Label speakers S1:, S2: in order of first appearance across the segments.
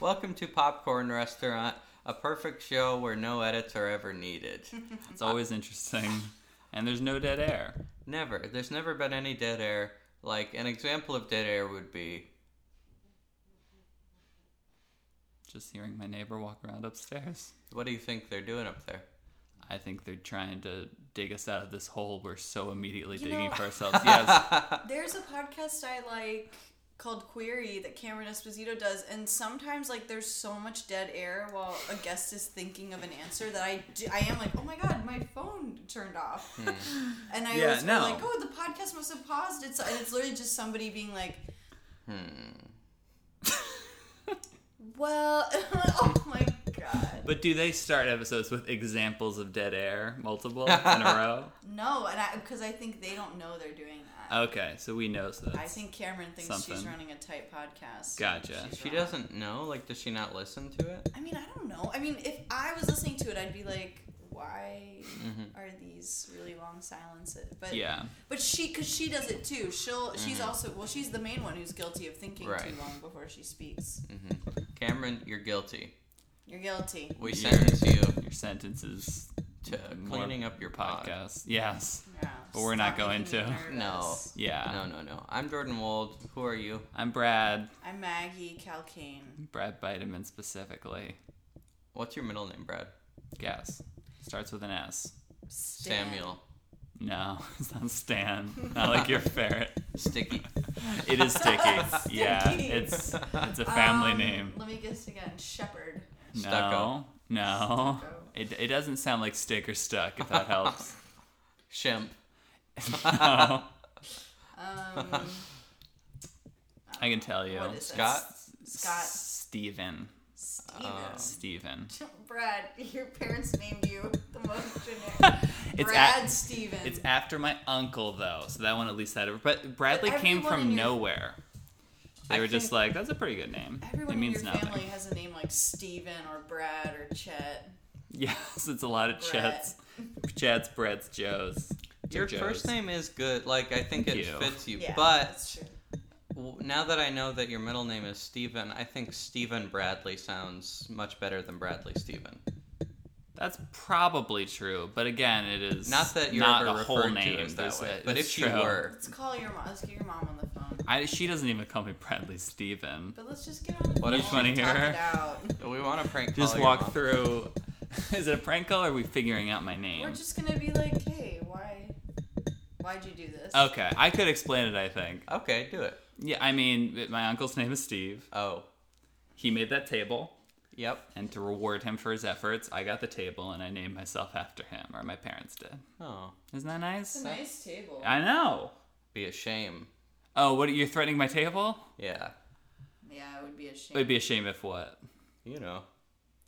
S1: Welcome to Popcorn Restaurant, a perfect show where no edits are ever needed.
S2: It's always interesting. And there's no dead air.
S1: Never. There's never been any dead air. Like, an example of dead air would be
S2: Just hearing my neighbor walk around upstairs.
S1: what do you think they're doing up there?
S2: I think they're trying to dig us out of this hole we're so immediately
S3: You
S2: digging
S3: know-
S2: for ourselves. Yes.
S3: There's a podcast I like called Query that Cameron Esposito does, and sometimes like there's so much dead air while a guest is thinking of an answer that I do- I am like, oh my god, my phone turned off, and I
S2: Yeah,
S3: always
S2: no.
S3: feel like, oh, the podcast must have paused. It's and it's literally just somebody being like,
S2: Hmm.
S3: well, oh my god,
S2: But do they start episodes with examples of dead air, multiple in a
S3: no, and I because I think they don't know they're doing that.
S2: row? Okay, so we know so.
S3: I think Cameron thinks she's
S2: Uh, something.
S3: running a tight podcast.
S2: Gotcha.
S3: She's
S1: She
S3: wrong.
S1: doesn't know? Like, does she not listen to it?
S3: I mean, I don't know. I mean, if I was listening to it, I'd be like, why are these really long silences? But
S2: Mm-hmm. Yeah. Mm-hmm.
S3: but she because she does it too. She'll she's also well, she's the main one who's guilty of thinking
S1: Right.
S3: too long before she speaks.
S1: Cameron, you're guilty.
S3: You're guilty.
S1: We
S2: Yeah.
S1: sentence you
S2: Your sentences
S1: to
S2: More
S1: cleaning up your podcast.
S2: podcast. Yes.
S3: Yeah,
S2: But we're not
S3: stop
S2: going
S3: making me
S2: to.
S1: No.
S3: nervous.
S2: Yeah.
S1: No, no, no. I'm Jordan Wold. Who are you?
S2: I'm Brad.
S3: I'm Maggie Calcane.
S2: Brad Vitamin specifically.
S1: What's your middle name, Brad?
S2: Yes. Starts with an S.
S3: Stan.
S1: Samuel.
S2: No, it's not Stan. Not like your ferret.
S1: Sticky.
S2: It is Sticky. yeah,
S3: Sticky.
S2: it's it's a family
S3: Um,
S2: name.
S3: Let me guess again. Shepherd.
S2: No,
S1: Stucco.
S2: no.
S3: Stucco.
S2: It, it doesn't sound like stick or stuck. If that helps.
S1: Shemp.
S2: no,
S3: Um,
S2: I can tell you.
S3: what is this?
S1: Scott?
S3: Scott.
S2: Steven.
S3: Steven.
S2: Steven.
S3: Brad, your parents named you the most generic.
S2: It's
S3: Brad
S2: a-
S3: Steven.
S2: It's after my uncle though, so that one at least had it. But Bradley
S3: But
S2: came
S3: everyone
S2: from
S3: in your-
S2: nowhere. They
S1: I
S2: were just
S1: think-
S2: like, "That's a pretty good name.
S3: Everyone
S2: it means
S3: in your
S2: nothing."
S3: family has a name like Steven or Brad or Chet.
S2: Yes, it's a lot of
S3: Brett.
S2: Chats, Chats, Brett's, Joes.
S1: Your
S2: Joes.
S1: first name is good. Like, I think
S2: Thank
S1: it
S2: you.
S1: fits you.
S3: Yeah,
S1: But
S3: that's true.
S1: w- now that I know that your middle name is Steven, I think Steven Bradley sounds much better than Bradley Steven.
S2: That's probably true, but again, it is
S1: Not that you're
S2: not
S1: ever
S2: a whole
S1: referred
S2: name
S1: to as that
S2: There's
S1: way.
S2: a-
S1: but
S2: it's
S1: if you
S2: true.
S1: were,
S3: Let's call your mom. Let's get your mom on the phone.
S2: I, she doesn't even call me Bradley Steven.
S3: But let's just get on the
S1: What
S3: phone
S1: if
S3: and
S2: she-
S3: talk it out.
S1: we want to prank call
S2: Just
S1: your
S2: walk
S1: mom.
S2: through. is it a prank call? Or are we figuring out my name?
S3: We're just gonna be like, hey, why, why'd you do this?
S2: Okay, I could explain it. I think.
S1: Okay, do it.
S2: Yeah, I mean, my uncle's name is Steve.
S1: Oh,
S2: He made that table,
S1: yep.
S2: and to reward him for his efforts, I got the table and I named myself after him, or my parents did.
S1: Oh,
S2: Isn't that
S3: It's
S2: nice?
S3: a nice table.
S2: I know.
S1: be a shame.
S2: Oh, what? You're threatening my table?
S1: Yeah,
S3: yeah, it would be a shame.
S2: It would be a shame if what?
S1: you know,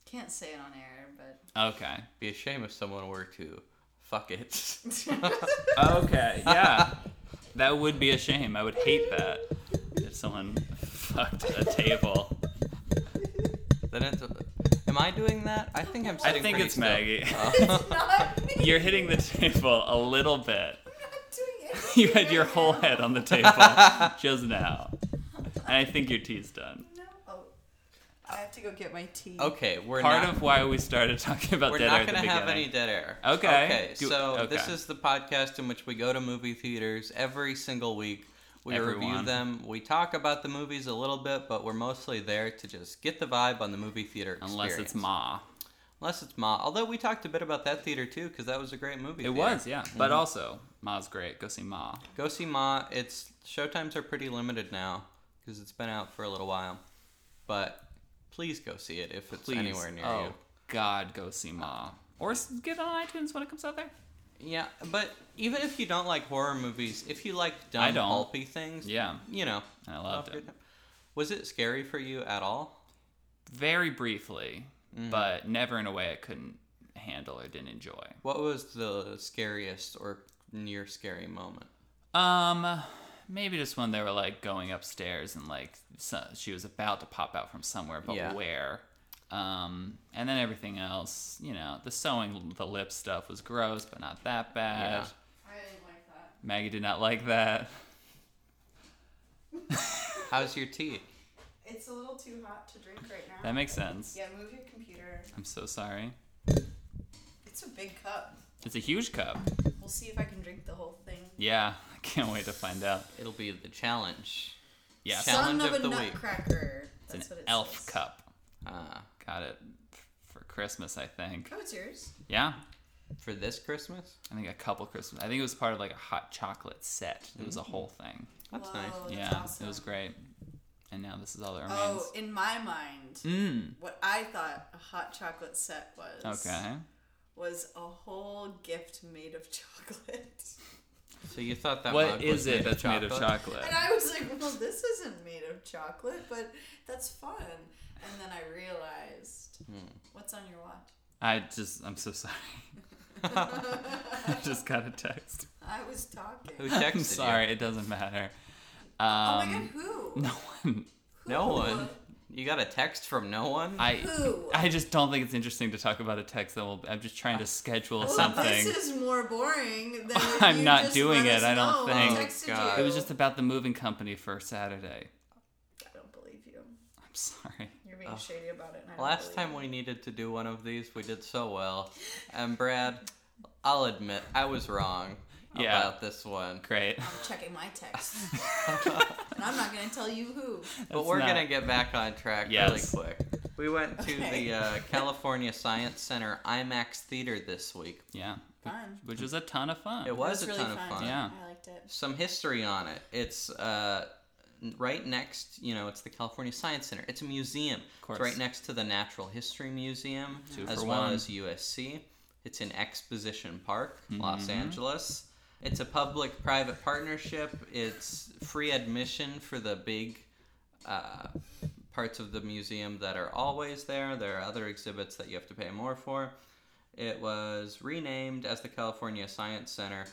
S3: Can't say it on air, but
S2: Okay.
S1: be a shame if someone were to fuck it.
S2: Okay, yeah. that would be a shame. I would hate that if someone fucked a table.
S1: then it's. Am I doing that? I think I'm
S2: I
S1: sitting.
S2: think
S1: pretty
S2: it's
S1: still.
S2: Maggie.
S3: it's not me.
S2: You're hitting the table a little bit.
S3: I'm not doing it.
S2: You had your whole head on the table just now. And I think your tea's done.
S3: No. Oh, I have to go get my tea.
S1: Okay, we're
S2: Part
S1: not.
S2: of why we started talking about
S1: we're
S2: dead air
S1: not
S2: at the
S1: going to
S2: beginning.
S1: have any dead air.
S2: Okay.
S1: Okay.
S2: Do-
S1: so
S2: okay.
S1: this is the podcast in which we go to movie theaters every single week. We review
S2: Everyone.
S1: them. We talk about the movies a little bit, but we're mostly there to just get the vibe on the movie theater
S2: Unless
S1: experience.
S2: it's Ma.
S1: Unless it's Ma. Although we talked a bit about that theater too, because that was a great movie.
S2: It
S1: theater.
S2: was, yeah. But
S1: Mm-hmm.
S2: also, Ma's great. Go see Ma.
S1: Go see Ma. It's showtimes are pretty limited now because it's been out for a little while. But please go see it if it's
S2: Please.
S1: anywhere near
S2: oh, God, go see Ma. Or s- get it on iTunes when it comes out there.
S1: you. Yeah, but even if you don't like horror movies, if you like
S2: I
S1: dumb
S2: don't.
S1: pulpy things,
S2: Yeah,
S1: you know.
S2: I loved it.
S1: Was it scary for you at all?
S2: Very briefly,
S1: Mm-hmm.
S2: but never in a way I couldn't handle or didn't enjoy.
S1: What was the scariest or near scary moment?
S2: Um, maybe just when they were like going upstairs and like so, she was about to pop out from somewhere, but
S1: Yeah.
S2: where? Um, and then everything else, you know, the sewing the lip stuff was gross, but not that bad.
S1: Yeah.
S3: I didn't like that.
S2: Maggie did not like that.
S1: How's your tea?
S3: It's a little too hot to drink right now.
S2: That makes sense.
S3: yeah, move your computer.
S2: I'm so sorry.
S3: It's a big cup.
S2: It's a huge cup.
S3: We'll see if I can drink the whole thing.
S2: Yeah, I can't wait to find out.
S1: It'll be the challenge.
S2: Yes,
S1: Sounds-
S3: Son
S1: Challenge of
S3: of a
S1: the week.
S3: nutcracker.
S2: it's
S3: That's
S2: an
S3: what it
S2: elf
S3: says.
S2: cup.
S1: Uh,
S2: Got it f- for Christmas, I think.
S3: Oh, it's yours.
S2: Yeah,
S1: for this Christmas?
S2: I think a couple Christmas. I think it was part of like a hot chocolate set. It was a whole thing.
S1: That's
S3: Whoa,
S1: nice.
S3: Mm-hmm. Oh, that's
S2: yeah,
S3: awesome.
S2: it was great. And now this is all that remains.
S3: Oh, in my mind,
S2: Mm.
S3: what I thought a hot chocolate set was
S2: Okay.
S3: was a whole gift made of chocolate.
S1: So you thought that mug
S2: What
S1: was
S2: is
S1: made
S2: it that's made of chocolate?
S3: And I was like, well, this isn't made of chocolate, but that's fun. And then I realized,
S2: Hmm.
S3: what's on your watch?
S2: I just, I'm so sorry. I just got a text.
S3: I was talking.
S1: Who texted
S2: I'm sorry, it doesn't matter. Um,
S3: oh my god, who?
S2: No one.
S1: you? No one. You got a text from no one?
S2: I.
S3: Who?
S2: I just don't think it's interesting to talk about a text that will. I'm just trying to schedule
S3: Well,
S2: something.
S3: This is more boring than if
S2: I'm
S3: you
S2: not
S3: just
S2: doing
S3: let
S2: it,
S3: us
S2: I don't
S3: know who
S1: think.
S3: texted
S1: Oh, God.
S3: you.
S2: It was just about the moving company for Saturday.
S3: I don't believe you.
S2: I'm sorry.
S3: You're being shady about it. And I don't
S1: Last
S3: believe
S1: time
S3: you.
S1: we needed to do one of these, we did so well. And Brad, I'll admit, I was wrong
S2: Yeah.
S1: about this one.
S2: Great.
S3: I'm checking my text, and I'm not going to tell you who.
S1: But
S2: It's
S1: we're
S2: not-
S1: gonna get back on track
S2: Yes.
S1: really quick. We went to
S3: Okay.
S1: the uh, California Science Center IMAX theater this week.
S2: Yeah.
S3: Fun.
S2: Which was a ton of fun.
S1: It was, a
S3: really
S1: ton of fun.
S2: Yeah.
S3: I liked it.
S1: Some history on it. It's uh, n- right next. You know, it's the California Science Center. It's a museum.
S2: course.
S1: It's right next to the Natural History Museum,
S2: Two
S1: as
S2: for
S1: well
S2: one.
S1: as USC. It's in Exposition Park,
S2: Mm-hmm.
S1: Los Angeles. It's a public-private partnership. It's free admission for the big uh, parts of the museum that are always there. There are other exhibits that you have to pay more for. It was renamed as the California Science Center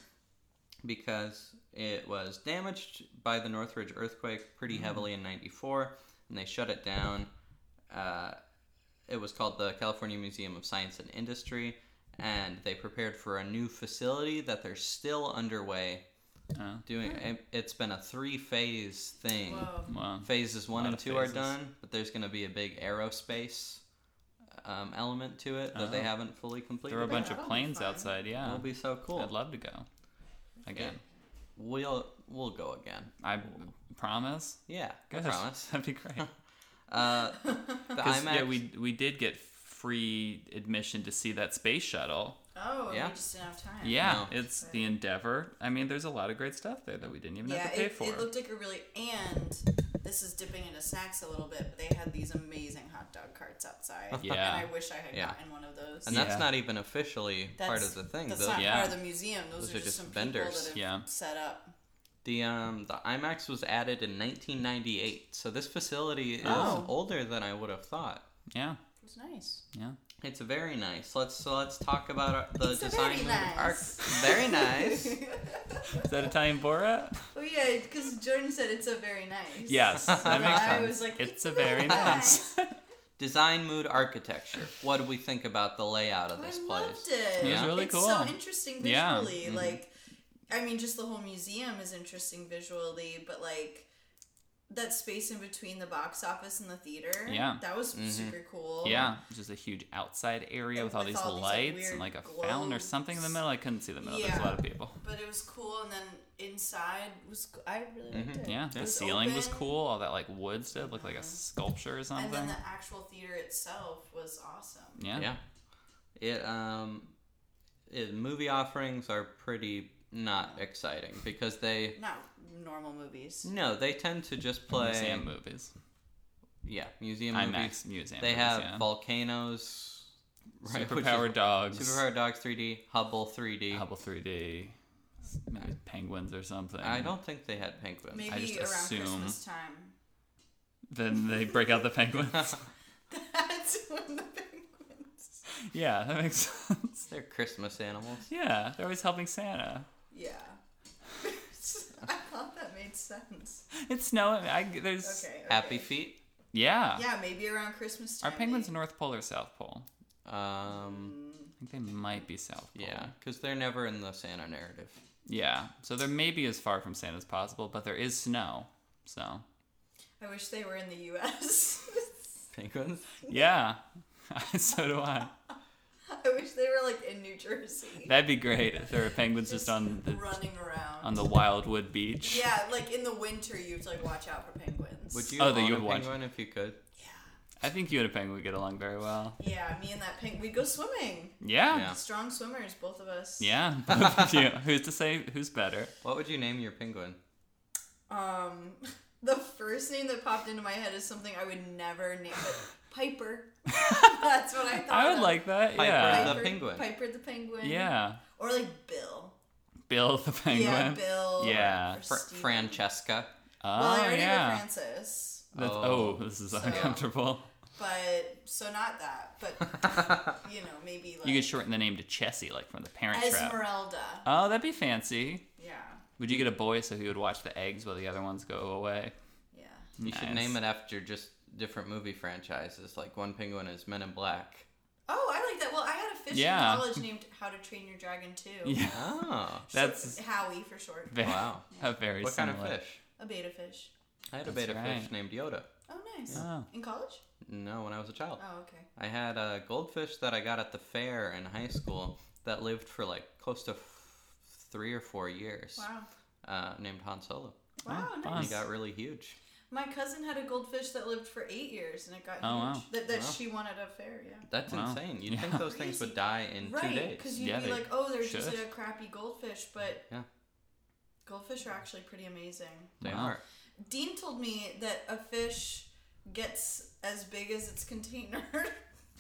S1: because it was damaged by the Northridge earthquake pretty
S2: Mm.
S1: heavily in 94, and they shut it down. Uh, it was called the California Museum of Science and Industry, and they prepared for a new facility that they're still underway
S2: Oh,
S1: doing. It- It's been a three phase thing.
S3: Hmm. Whoa.
S2: wow.
S1: Phases one
S2: Lot
S1: and
S2: of
S1: two
S2: phases.
S1: are done, but there's going to be a big aerospace um, element to it that they
S2: Oh.
S1: haven't fully completed.
S2: There were a bunch
S3: That'll
S2: of
S3: be
S2: planes
S3: fun.
S2: outside. Yeah.
S1: It'll be so cool.
S2: I'd love to go. Again.
S1: We'll we'll go again.
S2: I promise.
S1: Yeah,
S2: Good.
S1: I promise.
S2: That'd be great.
S1: Uh, the
S2: 'Cause,
S1: IMAX.
S2: yeah, we we did get free admission to see that space shuttle.
S3: Oh,
S1: Yeah.
S3: we just didn't have time.
S2: Yeah,
S1: know.
S2: it's the Endeavor. I mean, there's a lot of great stuff there that we didn't even
S3: Yeah,
S2: have to pay
S3: it,
S2: for.
S3: it looked like a really and this is dipping into snacks a little bit, but they had these amazing hot dog carts outside.
S2: Yeah.
S3: And I wish I had
S1: Yeah.
S3: gotten one of those.
S1: and
S2: Yeah.
S1: that's not even officially part of
S3: That's-
S1: the thing.
S3: That's
S1: The,
S3: not
S2: Yeah.
S3: part of the museum. Those, are, just some vendors. That have
S2: Yeah.
S3: Set up.
S1: the um the IMAX was added in 1998, so this facility is
S3: Oh.
S1: older than I would have thought.
S2: yeah,
S3: It was nice.
S2: yeah.
S1: It's very nice. Let's so let's talk about our- the
S3: It's
S1: design.
S3: very
S1: of the park.
S3: nice.
S1: Very nice.
S2: Is that Italian Borat?
S3: Oh yeah, because Jordan said it's a very nice.
S2: Yes, that
S3: And
S2: makes
S3: I
S2: sense.
S3: was like,
S2: it's a very nice.
S1: design, mood, architecture. What do we think about the layout of
S3: I
S1: this
S3: loved
S1: place?
S3: it.
S1: It was
S2: really
S3: it's
S2: cool.
S3: so interesting visually.
S2: Yeah.
S1: Mhm.
S2: Mm-hmm.
S3: Like, I mean, just the whole museum is interesting visually, but like that space in between the box office and the theater.
S2: Yeah. Mm-hmm.
S3: That was super cool.
S2: yeah, just a huge outside area with all
S3: With
S2: these
S3: all these, like,
S2: lights
S3: weird
S2: and like a fountain or something in the
S3: globes.
S2: middle. I couldn't see the middle. There's a
S3: Yeah.
S2: lot of people.
S3: But it was cool, and then inside was co- I really liked it.
S2: Mm-hmm. Yeah,
S3: It
S2: the
S3: was
S2: ceiling was
S3: open,
S2: cool. All that like wood stuff looked like a sculpture or
S3: And
S2: something.
S3: then the actual theater itself was awesome.
S2: yeah.
S1: Yeah. It um, it, movie offerings are pretty not exciting because they
S3: Not normal movies.
S1: no they tend to just play
S2: museum movies,
S1: yeah museum movies.
S2: IMAX museum.
S1: They
S2: movies,
S1: have
S2: yeah.
S1: volcanoes, which is-
S2: superpower dogs,
S1: Superpower Dogs 3D, Hubble 3D.
S2: Hubble 3D, maybe penguins or something.
S1: I don't think they had penguins.
S3: Maybe
S2: just
S3: around
S2: assume-
S3: Christmas time.
S2: Then they break out the penguins.
S3: That's when the penguins.
S2: yeah, that makes sense.
S1: They're Christmas animals.
S2: Yeah, they're always helping Santa.
S3: Yeah. I thought that made sense.
S2: It's snowing. I, there's
S3: Okay. okay.
S1: Happy feet.
S2: yeah.
S3: Yeah, maybe around Christmas
S2: Are
S3: time.
S2: penguins
S3: they-
S2: North Pole or South Pole?
S1: Um,
S2: I think they might be South Pole.
S1: yeah, because they're never in the Santa narrative.
S2: Yeah. So they're maybe as far from Santa as possible, but there is snow. So
S3: I wish they were in the U.S.
S1: Penguins?
S2: Yeah. so do I.
S3: I wish they were like in New Jersey,
S2: That'd be great if there were penguins just on the
S3: running around.
S2: on the wildwood beach.
S3: yeah, like in the winter, you have to like watch out for penguins.
S1: Would you
S2: Oh,
S1: own
S2: that you
S1: a
S2: would watch.
S1: penguin if you could?
S2: I think you and a penguin would get along very well.
S3: Yeah, me and that penguin, we go swimming.
S2: Yeah.
S1: Yeah.
S3: Strong swimmers, both of us.
S2: Yeah. both of you. Who's to say who's better?
S1: What would you name your penguin?
S3: Um, the first name that popped into my head is something I would never name it. Piper. That's what I thought.
S2: I would
S3: of.
S2: like that.
S1: Piper
S2: Yeah.
S1: the- penguin.
S3: Piper the penguin.
S2: Yeah.
S3: Or like Bill.
S2: Bill the penguin.
S3: Yeah, Bill.
S2: Yeah.
S3: or
S1: Fr-
S3: Steven.
S1: Francesca.
S2: Oh
S3: Well, I already had
S2: yeah.
S3: Francis,
S2: That's,
S1: Oh.
S2: oh. this is
S3: So-
S2: uncomfortable.
S3: but so not that, but you know maybe like
S2: You could shorten the name to Chessie, like from the Parent Trap.
S3: Esmeralda.
S2: Oh, that'd be fancy.
S3: Yeah,
S2: Would you get a boy so he would watch the eggs while the other ones go away?
S3: yeah.
S1: You should
S2: Nice.
S1: name it after just different movie franchises. Like one penguin is Men in Black.
S3: Oh, I like that. Well, I had a fish
S2: Yeah.
S3: in college named How to Train Your Dragon too.
S2: Yeah,
S1: Oh,
S3: So-
S2: that's
S3: Howie for short.
S2: very,
S1: Wow.
S2: a very
S1: what kind
S2: similar.
S1: of fish?
S3: A beta fish.
S1: I had a
S2: That's
S1: beta fish
S2: right.
S1: named Yoda.
S3: Oh, nice.
S2: Oh.
S3: In college?
S1: No, when I was a child,
S3: Oh, okay.
S1: I had a goldfish that I got at the fair in high school that lived for like close to f- three or four years.
S3: Wow.
S1: Uh, named Han Solo.
S3: Wow,
S2: Oh,
S1: And
S3: nice.
S1: he got really huge.
S3: My cousin had a goldfish that lived for eight years, and it got
S2: Oh,
S3: huge.
S2: wow.
S3: That, that
S1: Wow.
S3: she wanted a fair, yeah.
S1: That's
S2: Wow.
S1: insane. You'd
S2: Yeah.
S1: think those things would
S3: Crazy.
S1: die in two
S3: right,
S1: days.
S3: because you'd
S2: Yeah,
S3: be
S2: they
S3: like, oh, there's just
S2: should.
S3: like a crappy goldfish, but
S1: Yeah.
S3: goldfish are actually pretty amazing.
S1: They
S2: Wow.
S1: are.
S3: Dean told me that a fish gets as big as its container.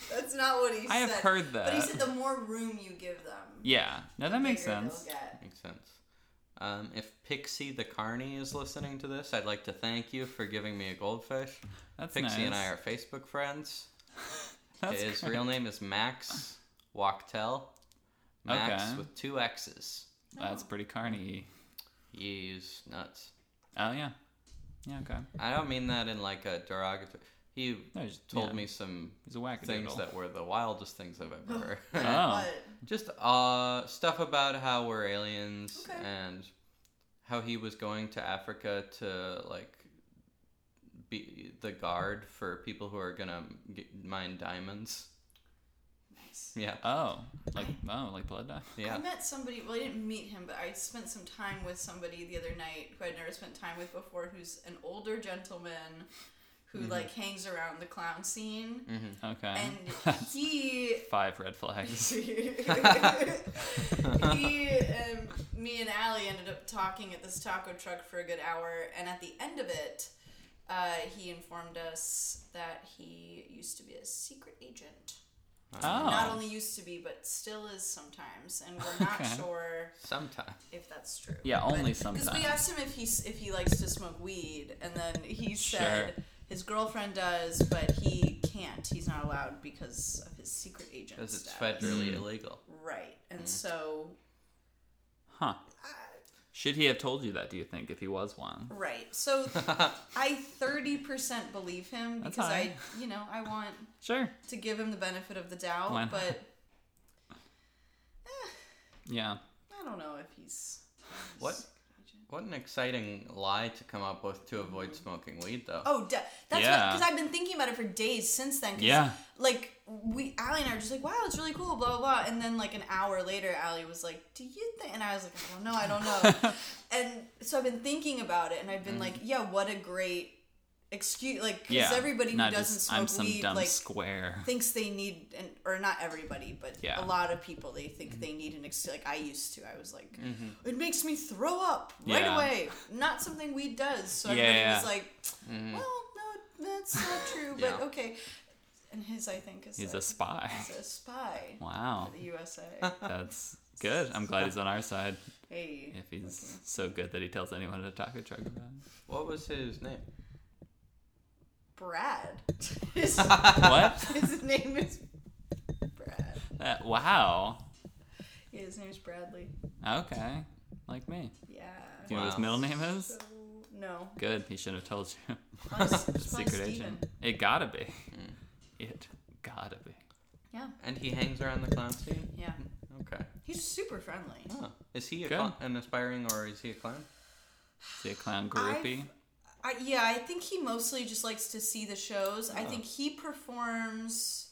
S3: That's not what he said.
S2: I have heard
S3: But he
S2: that.
S3: said the more room you give them,
S2: Yeah, no,
S3: the
S2: that makes
S3: bigger they'll
S2: sense.
S3: get.
S1: Makes sense. Um, if Pixie the Carney is listening to this, I'd like to thank you for giving me a goldfish.
S2: That's
S1: Pixie
S2: nice.
S1: and I are Facebook friends.
S2: That's
S1: His
S2: great.
S1: real name is Max Wachtel. Max
S2: Okay.
S1: with two X's.
S2: That's pretty carny.
S1: He's nuts.
S2: Oh yeah, yeah okay.
S1: I don't mean that in like a derogatory. He
S2: No, he's-
S1: told
S2: yeah,
S1: me some
S2: he's a wackadoodle.
S1: things that were the wildest things I've ever heard.
S2: Oh.
S3: But
S1: Just uh, stuff about how we're aliens
S3: Okay.
S1: and how he was going to Africa to like be the guard for people who are gonna g mine diamonds.
S3: nice.
S1: Yeah,
S2: Oh, like oh, like blood dye.
S1: yeah.
S3: I met somebody. Well, I didn't meet him, but I spent some time with somebody the other night who I'd never spent time with before, who's an older gentleman who
S2: Mm-hmm.
S3: like hangs around the clown scene,
S2: Okay.
S3: and he.
S2: Five red flags.
S3: he and me and Allie ended up talking at this taco truck for a good hour, and at the end of it, uh, he informed us that he used to be a secret agent. Not
S1: Uh,
S2: Oh,
S3: only used to be, but still is sometimes, and we're not
S2: Okay.
S3: sure
S1: Sometimes.
S3: if that's true.
S2: Yeah, only
S3: Because we
S2: sometimes.
S3: asked him if he if he likes to smoke weed, and then he said
S2: Sure.
S3: his girlfriend does, but he can't. He's not allowed because of his secret agent
S1: Because it's
S3: status.
S1: federally
S2: Hmm.
S1: illegal.
S3: Right,
S2: Mm-hmm.
S3: and so uh,
S2: huh? Should he have told you that? Do you think if he was one?
S3: right, so I thirty percent believe him
S2: That's
S3: because I,
S2: high.
S3: you know, I want
S2: Sure.
S3: to give him the benefit of the doubt,
S2: Why not?
S3: but
S2: Yeah.
S3: I don't know if he's
S1: What? What an exciting lie to come up with to avoid smoking weed, though.
S3: Oh, de- that's
S2: Yeah.
S3: because I've been thinking about it for days since then. 'cause,
S2: Yeah.
S3: Like we, Allie and I were just like, "Wow, it's really cool," blah blah blah, and then like an hour later, Allie was like, "Do you think?" And I was like, "I don't know, I don't know." and so I've been thinking about it, and I've been like, "Yeah, what a great excuse!" Like, because
S2: Mm. Yeah.
S3: everybody who
S2: Not
S3: doesn't
S2: just,
S3: smoke
S2: I'm some
S3: weed
S2: dumb
S3: like
S2: square.
S3: thinks they need, an, or not everybody, but
S2: Yeah. Mm.
S3: a lot of people they think they need an excuse. Like I used to, I was like, "It makes me throw up right
S2: Mm-hmm. Yeah.
S3: away." Not something weed does.
S2: Yeah,
S3: So everybody
S2: yeah.
S3: was like.
S2: Hmm.
S1: Mm-hmm.
S3: Well, no, that's not true, but
S1: Yeah.
S3: okay. And his, I think, is
S2: He's
S3: that
S2: a spy.
S3: he's a spy
S2: Wow.
S3: for the USA.
S2: That's good. I'm glad he's on our side.
S3: hey.
S2: If he's so good that he tells anyone at a taco truck about it.
S1: What was his name?
S3: Brad. His,
S2: What?
S3: his name is Brad.
S2: That, wow.
S3: Yeah, his name's Bradley.
S2: Okay. Like me.
S3: Yeah.
S2: Do you know what his
S1: Wow.
S2: middle name is?
S3: So, no.
S2: Good. He should have told you.
S3: Mine's- mine's
S2: Secret
S3: Steven.
S2: agent. It gotta be.
S1: Hmm.
S2: It gotta be.
S3: Yeah.
S1: And he hangs around the clown scene?
S3: Yeah.
S1: Okay.
S3: He's super friendly.
S1: Oh. Is he a
S2: Good.
S1: clown, an aspiring or is he a clown?
S2: Is he a clown groupie?
S3: I, yeah, I think he mostly just likes to see the shows.
S2: Uh-huh.
S3: I think he performs.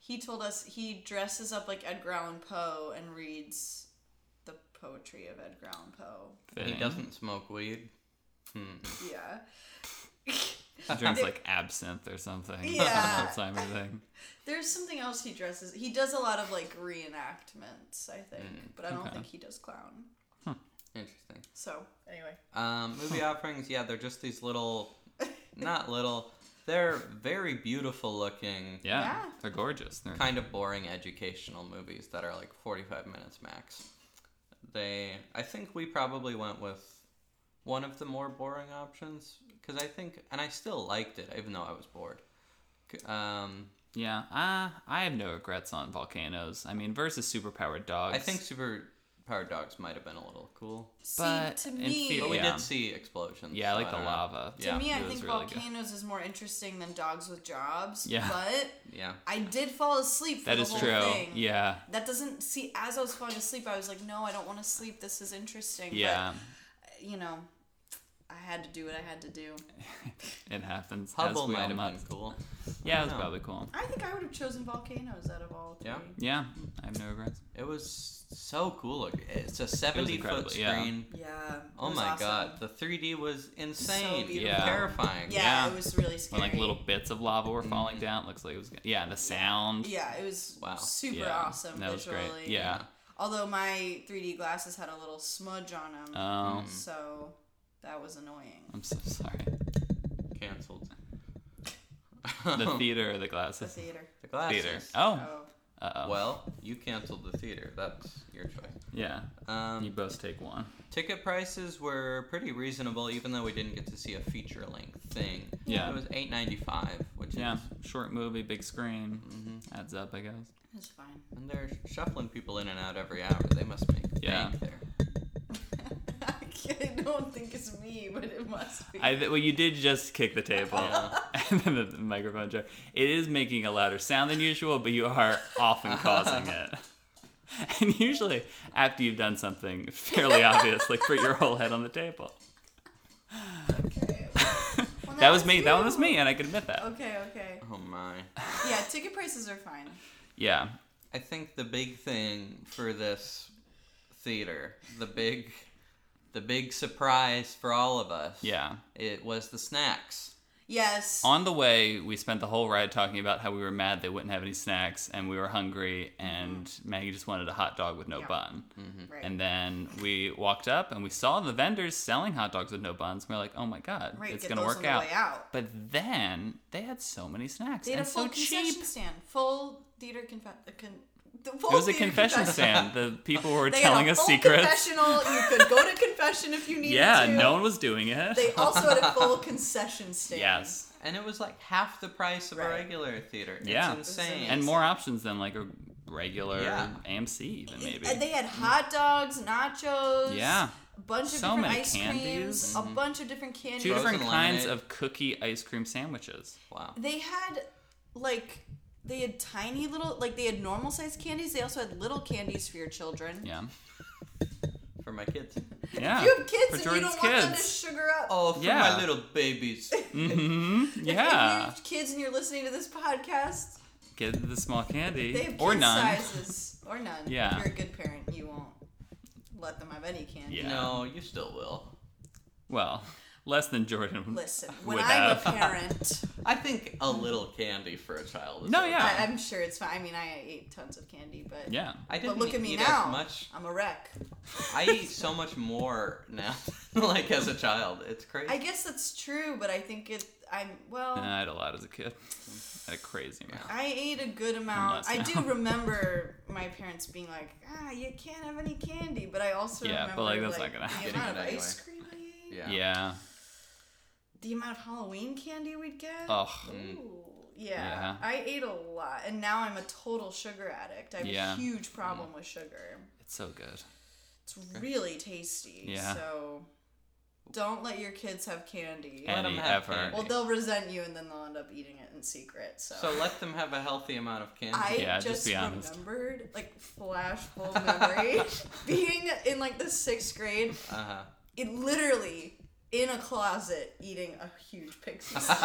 S3: He told us he dresses up like Edgar Allan Poe and reads the poetry of Edgar Allan Poe.
S1: He
S2: Fitting.
S1: doesn't smoke weed. Hmm.
S3: Yeah.
S2: He drinks like absinthe or something.
S3: Yeah.
S2: That's Alzheimer's thing.
S3: There's something else he dresses. He does a lot of like reenactments, I think, but I don't
S2: Mm, okay.
S3: think he does clown.
S1: Interesting.
S3: So anyway,
S1: Um, movie offerings, yeah, they're just these little, not little, they're very beautiful looking,
S2: Yeah,
S3: Yeah.
S2: they're gorgeous. They're
S1: kind of boring educational movies that are like 45 minutes max. They, I think we probably went with one of the more boring options because I think, and I still liked it even though I was bored. C- Um,
S2: yeah. Uh, I have no regrets on volcanoes. I mean, versus superpowered dogs.
S1: I think Super Powered Dogs might have been a little cool.
S2: But
S3: see to
S2: in
S3: me,
S1: But we
S2: theory- Yeah.
S1: did see explosions.
S2: Yeah, I
S1: so
S2: like the
S1: don't know.
S2: lava.
S1: Yeah.
S3: to me, I
S2: it was
S3: think
S2: really good.
S3: volcanoes is more interesting than dogs with jobs.
S2: Yeah.
S3: But
S1: Yeah.
S3: I did fall asleep. For
S2: That
S3: the
S2: is
S3: whole
S2: true.
S3: Thing.
S2: Yeah.
S3: That doesn't see as I was falling asleep. I was like, no, I don't want to sleep. This is interesting.
S2: Yeah.
S3: But, you know, I had to do what I had to do.
S2: It happens. as
S1: Hubble
S2: we all
S1: might have been
S2: must.
S1: cool.
S2: Yeah, it was
S1: No.
S2: probably cool.
S3: I think I would have chosen volcanoes out of all three.
S1: Yeah.
S2: Yeah, I have no regrets.
S1: It was so cool. Look, It's a 70 foot
S2: incredible, yeah.
S1: screen.
S3: Yeah, it
S1: Oh
S3: was
S1: my
S3: awesome.
S1: god, the 3D was insane.
S3: beautiful.
S2: Yeah.
S1: Terrifying.
S3: Yeah,
S2: Yeah.
S3: it was really
S2: When
S3: scary.
S2: like little bits of lava were falling down, looks like it was. Yeah, and the sound.
S3: Mm-hmm. Yeah, it was
S1: Wow.
S3: super
S2: Yeah,
S3: awesome
S2: that was
S3: visually.
S2: great. Yeah.
S3: Although my 3D glasses had a little smudge on them,
S2: Oh,
S3: so that was annoying.
S2: I'm so sorry.
S1: Cancelled.
S2: The theater or the
S3: The
S2: glasses.
S3: theater.
S1: The glasses.
S2: Theater. Oh.
S3: Oh.
S2: Uh oh.
S1: Well, you canceled the theater. That's your choice.
S2: Yeah. You
S1: Um,
S2: both take one.
S1: ticket prices were pretty reasonable, even though we didn't get to see a feature length thing.
S2: Yeah.
S1: It was eight ninety five, which
S2: Yeah.
S1: is mm-hmm.
S2: Short movie, big screen. Adds up, I guess.
S3: It's fine.
S1: and they're shuffling people in and out every hour. They must make
S2: Yeah.
S1: bank there.
S3: I don't think it's me, but it must be.
S2: I th- well, you did just kick the table and then the microphone chair. It is making a louder sound than usual, but you are often causing it. And usually after you've done something fairly obvious, like put your whole head on the table.
S3: okay. Well,
S2: That was me. That one
S3: you.
S2: was me, and I can admit that.
S3: Okay, okay.
S1: Oh my.
S3: Yeah, ticket prices are fine.
S2: Yeah.
S1: I think the big thing for this theater, the big the big surprise for all of us.
S2: Yeah.
S1: It was the snacks.
S3: Yes.
S2: On the way, we spent the whole ride talking about how we were mad they wouldn't have any snacks, and we were hungry, and Maggie just wanted a hot dog with no
S3: Mm-hmm. Yeah. Mm-hmm.
S2: bun.
S3: right.
S2: And then we walked up and we saw the vendors selling hot dogs with no buns. And we are like, oh my God,
S3: right,
S2: it's
S3: get
S2: going to work
S3: those on the
S2: out.
S3: way out.
S2: But then they had so many snacks
S3: They had
S2: and
S3: a full
S2: so
S3: concession
S2: cheap.
S3: stand, full theater confession. Con- the
S2: It
S3: full
S2: was a
S3: theater
S2: confession stand. The people were
S3: They
S2: telling
S3: had a
S2: us
S3: full
S2: secrets.
S3: confessional. You could go to confession if you needed
S2: Yeah,
S3: to.
S2: no one was doing it.
S3: They also had a full concession stand.
S2: yes.
S1: And it was like half the price of a
S3: Right.
S1: regular theater. It's
S2: Yeah.
S1: insane.
S3: It's
S2: And more options than like a regular
S1: Yeah.
S2: AMC, even maybe.
S3: And they had hot dogs, nachos.
S2: Yeah.
S3: A bunch of
S2: So
S3: different
S2: many
S3: ice
S2: candies. Mm-hmm.
S3: creams. A bunch of different candies.
S2: Two different
S1: Frozen
S2: kinds
S1: lemonade.
S2: of cookie ice cream sandwiches.
S1: wow.
S3: They had like they had tiny little like they had normal sized candies. They also had little candies for your children.
S2: Yeah.
S1: For my kids.
S2: Yeah.
S3: You have kids
S2: For
S3: and you
S2: Jordan's
S3: don't want them to
S2: kids.
S3: sugar up.
S1: Oh, for
S2: Yeah.
S1: my little babies.
S2: Mm-hmm.
S3: If you
S2: Yeah.
S3: have kids and you're listening to this podcast,
S2: Get the small candy.
S3: they have
S2: or
S3: kid
S2: none.
S3: sizes or none.
S2: Yeah.
S3: If you're a good parent, you won't let them have any candy.
S2: Yeah.
S1: No, you still will.
S2: Well, less than Jordan.
S3: Listen, when
S2: Would
S3: I'm
S2: have.
S3: a parent,
S1: I think a little candy for a child is
S2: No,
S1: okay.
S2: yeah.
S3: I, I'm sure it's fine. I mean, I ate tons of candy, but
S2: Yeah.
S1: I didn't
S3: look at me
S1: eat
S3: now.
S1: as much.
S3: I'm a wreck.
S1: I eat so much more now, like as a child. It's crazy.
S3: I guess that's true, but I think it. I'm well.
S2: And I had a lot as a kid. I had a crazy amount.
S3: I ate a good amount.
S2: Unless
S3: I
S2: now.
S3: do remember my parents being like, "Ah, you can't have any candy," but I also
S2: Yeah,
S3: remember
S2: but, like, that's not gonna
S3: the
S2: happen.
S3: amount of
S1: Getting it
S3: ice cream I ate,
S1: yeah.
S2: Yeah.
S3: the amount of Halloween candy we'd get.
S2: Oh.
S3: Ooh,
S2: Yeah.
S3: yeah. I ate a lot, and now I'm a total sugar addict. I have
S2: Yeah. Mm.
S3: a huge problem with sugar.
S2: It's so good.
S3: It's really tasty.
S2: Yeah.
S3: So don't let your kids have candy.
S1: Let 'em
S2: Any
S1: have
S2: ever.
S1: candy.
S3: Well, they'll resent you, and then they'll end up eating it in secret. So.
S1: So let them have a healthy amount of candy.
S3: I
S2: Yeah,
S3: just,
S2: just be honest.
S3: remembered, like flash full memory, being in like the sixth grade.
S1: Uh-huh.
S3: It literally in a closet eating a huge pixie stick,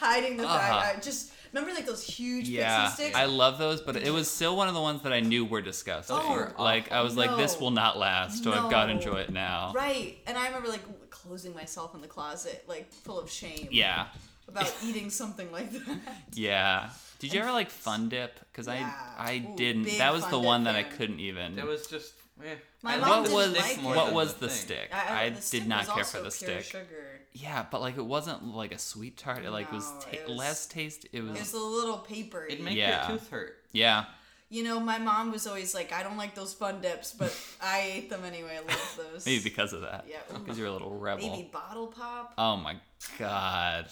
S3: hiding the fact. I just remember like those huge
S2: Uh-huh. Yeah,
S3: pixie sticks.
S2: I love those, but it was still one of the ones that I knew were disgusting.
S1: Those were
S2: like I was like, this
S3: No.
S2: will not last, so I've got to
S3: No.
S2: enjoy it now.
S3: right, and I remember like closing myself in the closet, like full of shame
S2: Yeah,
S3: about eating something like that.
S2: yeah. Did you ever like Fun Dip? Because
S3: Yeah.
S2: I I
S3: Ooh,
S2: didn't.
S3: big
S2: That was
S3: Fun
S2: the
S3: Dip
S2: one that I
S3: fan.
S2: couldn't even.
S1: That was just. Eh.
S3: My
S1: I
S3: mom
S2: what
S1: liked
S3: didn't
S2: was
S3: like
S1: more
S3: it.
S2: what
S1: than
S2: was the,
S1: thing.
S2: stick?
S3: I,
S2: I,
S3: I- the stick
S2: did not
S3: was
S2: care
S3: also
S2: for the
S3: pure
S2: stick.
S3: Sugar.
S2: Yeah, but like it wasn't like a sweet tart. It like was,
S3: No,
S2: ta-
S3: it was-
S2: less taste. It was
S3: It was the little paper.
S1: It'd make
S2: Yeah.
S1: your tooth hurt.
S2: yeah.
S3: You know, my mom was always like, "I don't like those fun dips," but I ate them anyway. I loved those.
S2: Maybe because of that.
S3: Yeah. ooh.
S2: Because you're a little rebel.
S3: Maybe bottle pop.
S2: Oh my god.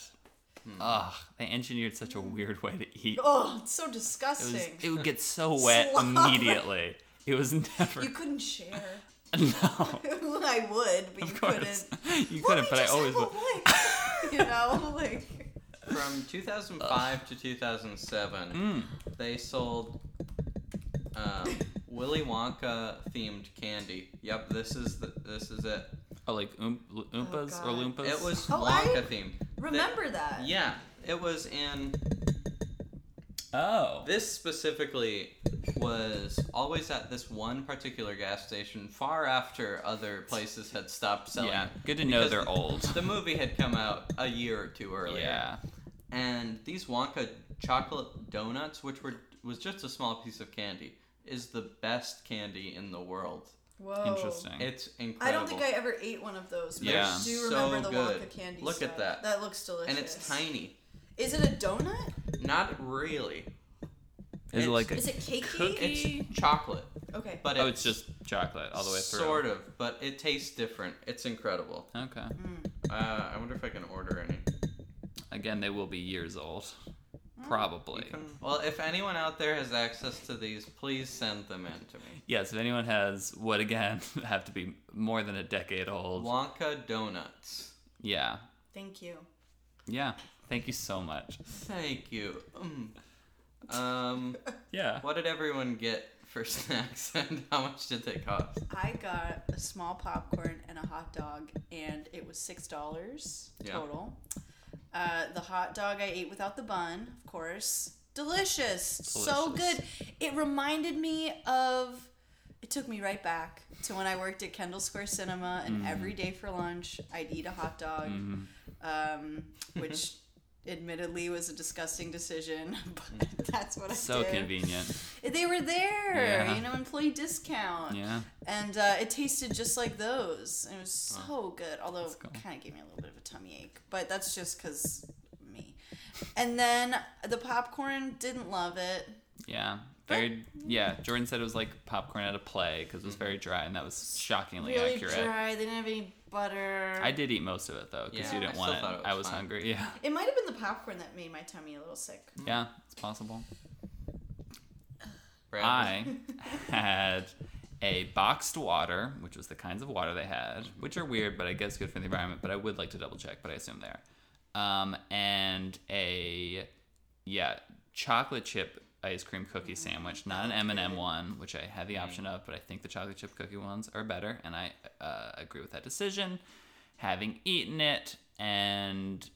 S2: Ugh, they engineered such a weird way to eat.
S3: Hmm. Oh, it's so
S2: It, was,
S3: disgusting.
S2: it would get so wet
S3: Slobber.
S2: immediately. It was never.
S3: you couldn't share.
S2: no,
S3: I would, but you
S2: of course.
S3: couldn't.
S2: You
S3: Let me
S2: couldn't, but I
S3: just
S2: always
S3: have
S2: would.
S3: a lick. you know, Oh, like
S1: From 2005 to 2007,
S2: Mm. Hmm.
S1: they sold um, Willy Wonka themed candy. Yep, this is the, this is it.
S2: Oh, like oom- oompas or
S3: God.
S2: loompas?
S1: It was
S3: Oh, I
S1: Wonka themed.
S3: remember that.
S1: Yeah, it was in
S2: Oh.
S1: This specifically was always at this one particular gas station far after other places had stopped selling.
S2: Yeah, good to know
S1: Because
S2: they're old.
S1: The movie had come out a year or two earlier.
S2: Yeah.
S1: And these Wonka chocolate donuts, which were was just a small piece of candy, is the best candy in the world.
S3: Whoa.
S2: Interesting.
S1: It's incredible.
S3: I don't think I ever ate one of those, but
S2: Yeah.
S3: I do
S1: So
S3: remember the
S1: good.
S3: Wonka candy.
S1: Look at
S3: stuff.
S1: that.
S3: That looks delicious.
S1: and it's tiny.
S3: Is it a donut?
S1: Not really. it's-
S2: Is it like a,
S3: Is it cakey?
S2: Cookie.
S1: It's chocolate,
S3: Okay.
S1: but
S2: Oh, it's just chocolate all the way through.
S1: Sort of, but it tastes different. It's incredible.
S2: Okay.
S1: Uh, I wonder if I can order any.
S2: Again, they will be years old.
S1: Hmm.
S2: Probably.
S1: Well, if anyone out there has access to these, please send them in to me.
S2: Yes, if anyone has what again have to be more than a decade old.
S1: Wonka donuts.
S2: Yeah.
S3: Thank you.
S2: Yeah. Thank you so much.
S1: Thank you. Mm. Um,
S2: Yeah.
S1: what did everyone get for snacks, and how much did they cost?
S3: I got a small popcorn and a hot dog, and it was six dollars
S1: Yeah.
S3: total. Uh, the hot dog I ate without the bun, of course. Delicious. so
S2: Delicious.
S3: good. It reminded me of. It took me right back to when I worked at Kendall Square Cinema,
S2: Mm-hmm.
S3: and every day for lunch I'd eat a hot dog, um, which admittedly was a disgusting decision, but that's what
S2: Mm-hmm.
S3: I
S2: So
S3: did.
S2: convenient.
S3: They were there,
S2: Yeah.
S3: you know, employee discount
S2: Yeah.
S3: and uh, it tasted just like those. And it was so good, although
S2: cool.
S3: it kind of gave me a little bit of a tummy ache, but that's just because me. And then the popcorn didn't love it.
S2: Yeah. Very yeah, Jordan said it was like popcorn at a play cuz it
S1: Mm-hmm.
S2: was very dry and that was shockingly
S3: really
S2: accurate.
S3: dry. They didn't have any butter.
S2: I did eat most of it though cuz
S1: Yeah,
S2: you
S1: I
S2: didn't
S1: still
S2: want it.
S1: thought it
S2: I
S1: was
S2: was
S1: fine.
S2: hungry. Yeah.
S3: It might have been the popcorn that made my tummy a little sick.
S1: Mm-hmm.
S2: Yeah, it's possible.
S1: Brad,
S2: I had a boxed water, which was the kinds of water they had, which are weird, but I guess good for the environment. But I would like to double check, but I assume they are. Um, and a yeah, chocolate chip ice cream
S1: Mm.
S2: cookie sandwich, not an M and m one, which I had the option of, but I think the chocolate chip cookie ones are better, and I uh, agree with that decision. Having eaten it, and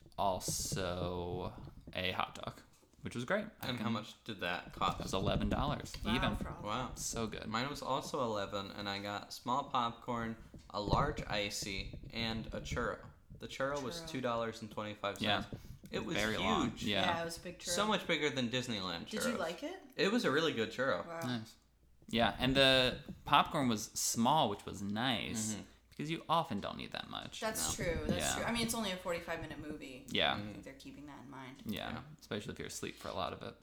S2: also a hot dog, which was great. I
S1: and
S2: can-
S1: how much did that
S2: It was
S1: cost?
S2: eleven dollars
S3: Wow,
S2: even.
S3: for all-
S1: Wow.
S2: So good.
S1: Mine was also eleven, and I got small popcorn, a large icy, and a churro. The churro, was
S3: Churro.
S1: two dollars and twenty five
S2: Yeah.
S1: cents. It was
S2: Very
S1: huge.
S2: long. Yeah.
S3: Yeah, it was a big churro.
S1: So much bigger than Disneyland.
S3: Did
S1: churros.
S3: you like it?
S1: It was a really good churro.
S3: Wow.
S2: Nice. Yeah, and the popcorn was small, which was nice because you often don't need that much.
S3: That's true. That's
S2: Yeah.
S3: true. I mean, it's only a 45 minute movie.
S2: Yeah.
S3: I think they're keeping that in mind.
S2: yeah,
S1: Yeah.
S2: especially if you're asleep for a lot of it.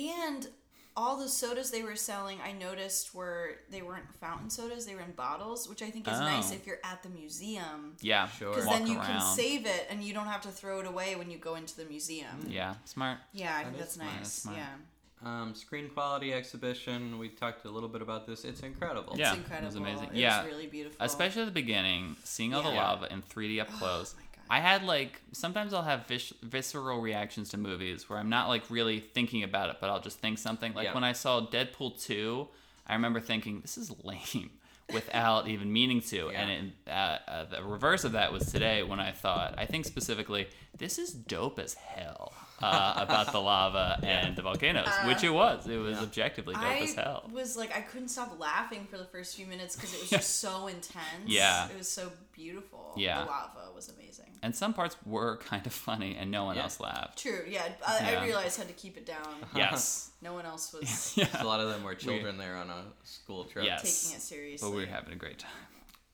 S3: And all the sodas they were selling, I noticed were they weren't fountain sodas; they were in bottles, which I think is
S2: Oh.
S3: nice if you're at the museum,
S2: Yeah,
S1: Sure.
S3: because
S1: Or
S3: then
S2: walk
S3: you can
S2: around.
S3: save it and you don't have to throw it away when you go into the museum.
S2: Yeah, smart.
S3: Yeah, I think
S1: is
S3: that's
S1: smart,
S3: nice.
S2: that's smart.
S3: Yeah,
S1: Um, screen quality exhibition. We talked a little bit about this. It's incredible.
S2: Yeah, it
S3: it's
S2: was
S3: incredible.
S2: amazing.
S3: It
S2: Yeah.
S3: was really beautiful.
S2: Especially at the beginning, seeing all the
S1: Oh. Yeah. Oh
S2: lava in 3D up close.
S3: my God.
S2: I had like sometimes I'll have vis- visceral reactions to movies where I'm not like really thinking about it, but I'll just think something. Like
S1: Yeah.
S2: when I saw Deadpool 2, I remember thinking, this is lame. without even meaning to.
S1: Yeah.
S2: And it, uh, uh, the reverse of that was today when I thought, I think specifically, this is dope as hell uh, about the lava and the volcanoes, which it was. It was
S1: Uh, Yeah.
S2: objectively dope as
S3: I
S2: hell.
S3: was like, I couldn't stop laughing for the first few minutes because it was just so intense.
S2: Yeah.
S3: It was so beautiful.
S2: Yeah.
S3: The lava was amazing.
S2: And some parts were kind of funny, and no one
S1: Yeah.
S2: else laughed.
S3: True. Yeah. I,
S2: Yeah.
S3: I realized I had to keep it down.
S2: Yes.
S3: No one else was
S2: yeah.
S1: A lot of them were children there on a school trip.
S2: Yes.
S3: taking it seriously.
S2: But we were having a great time.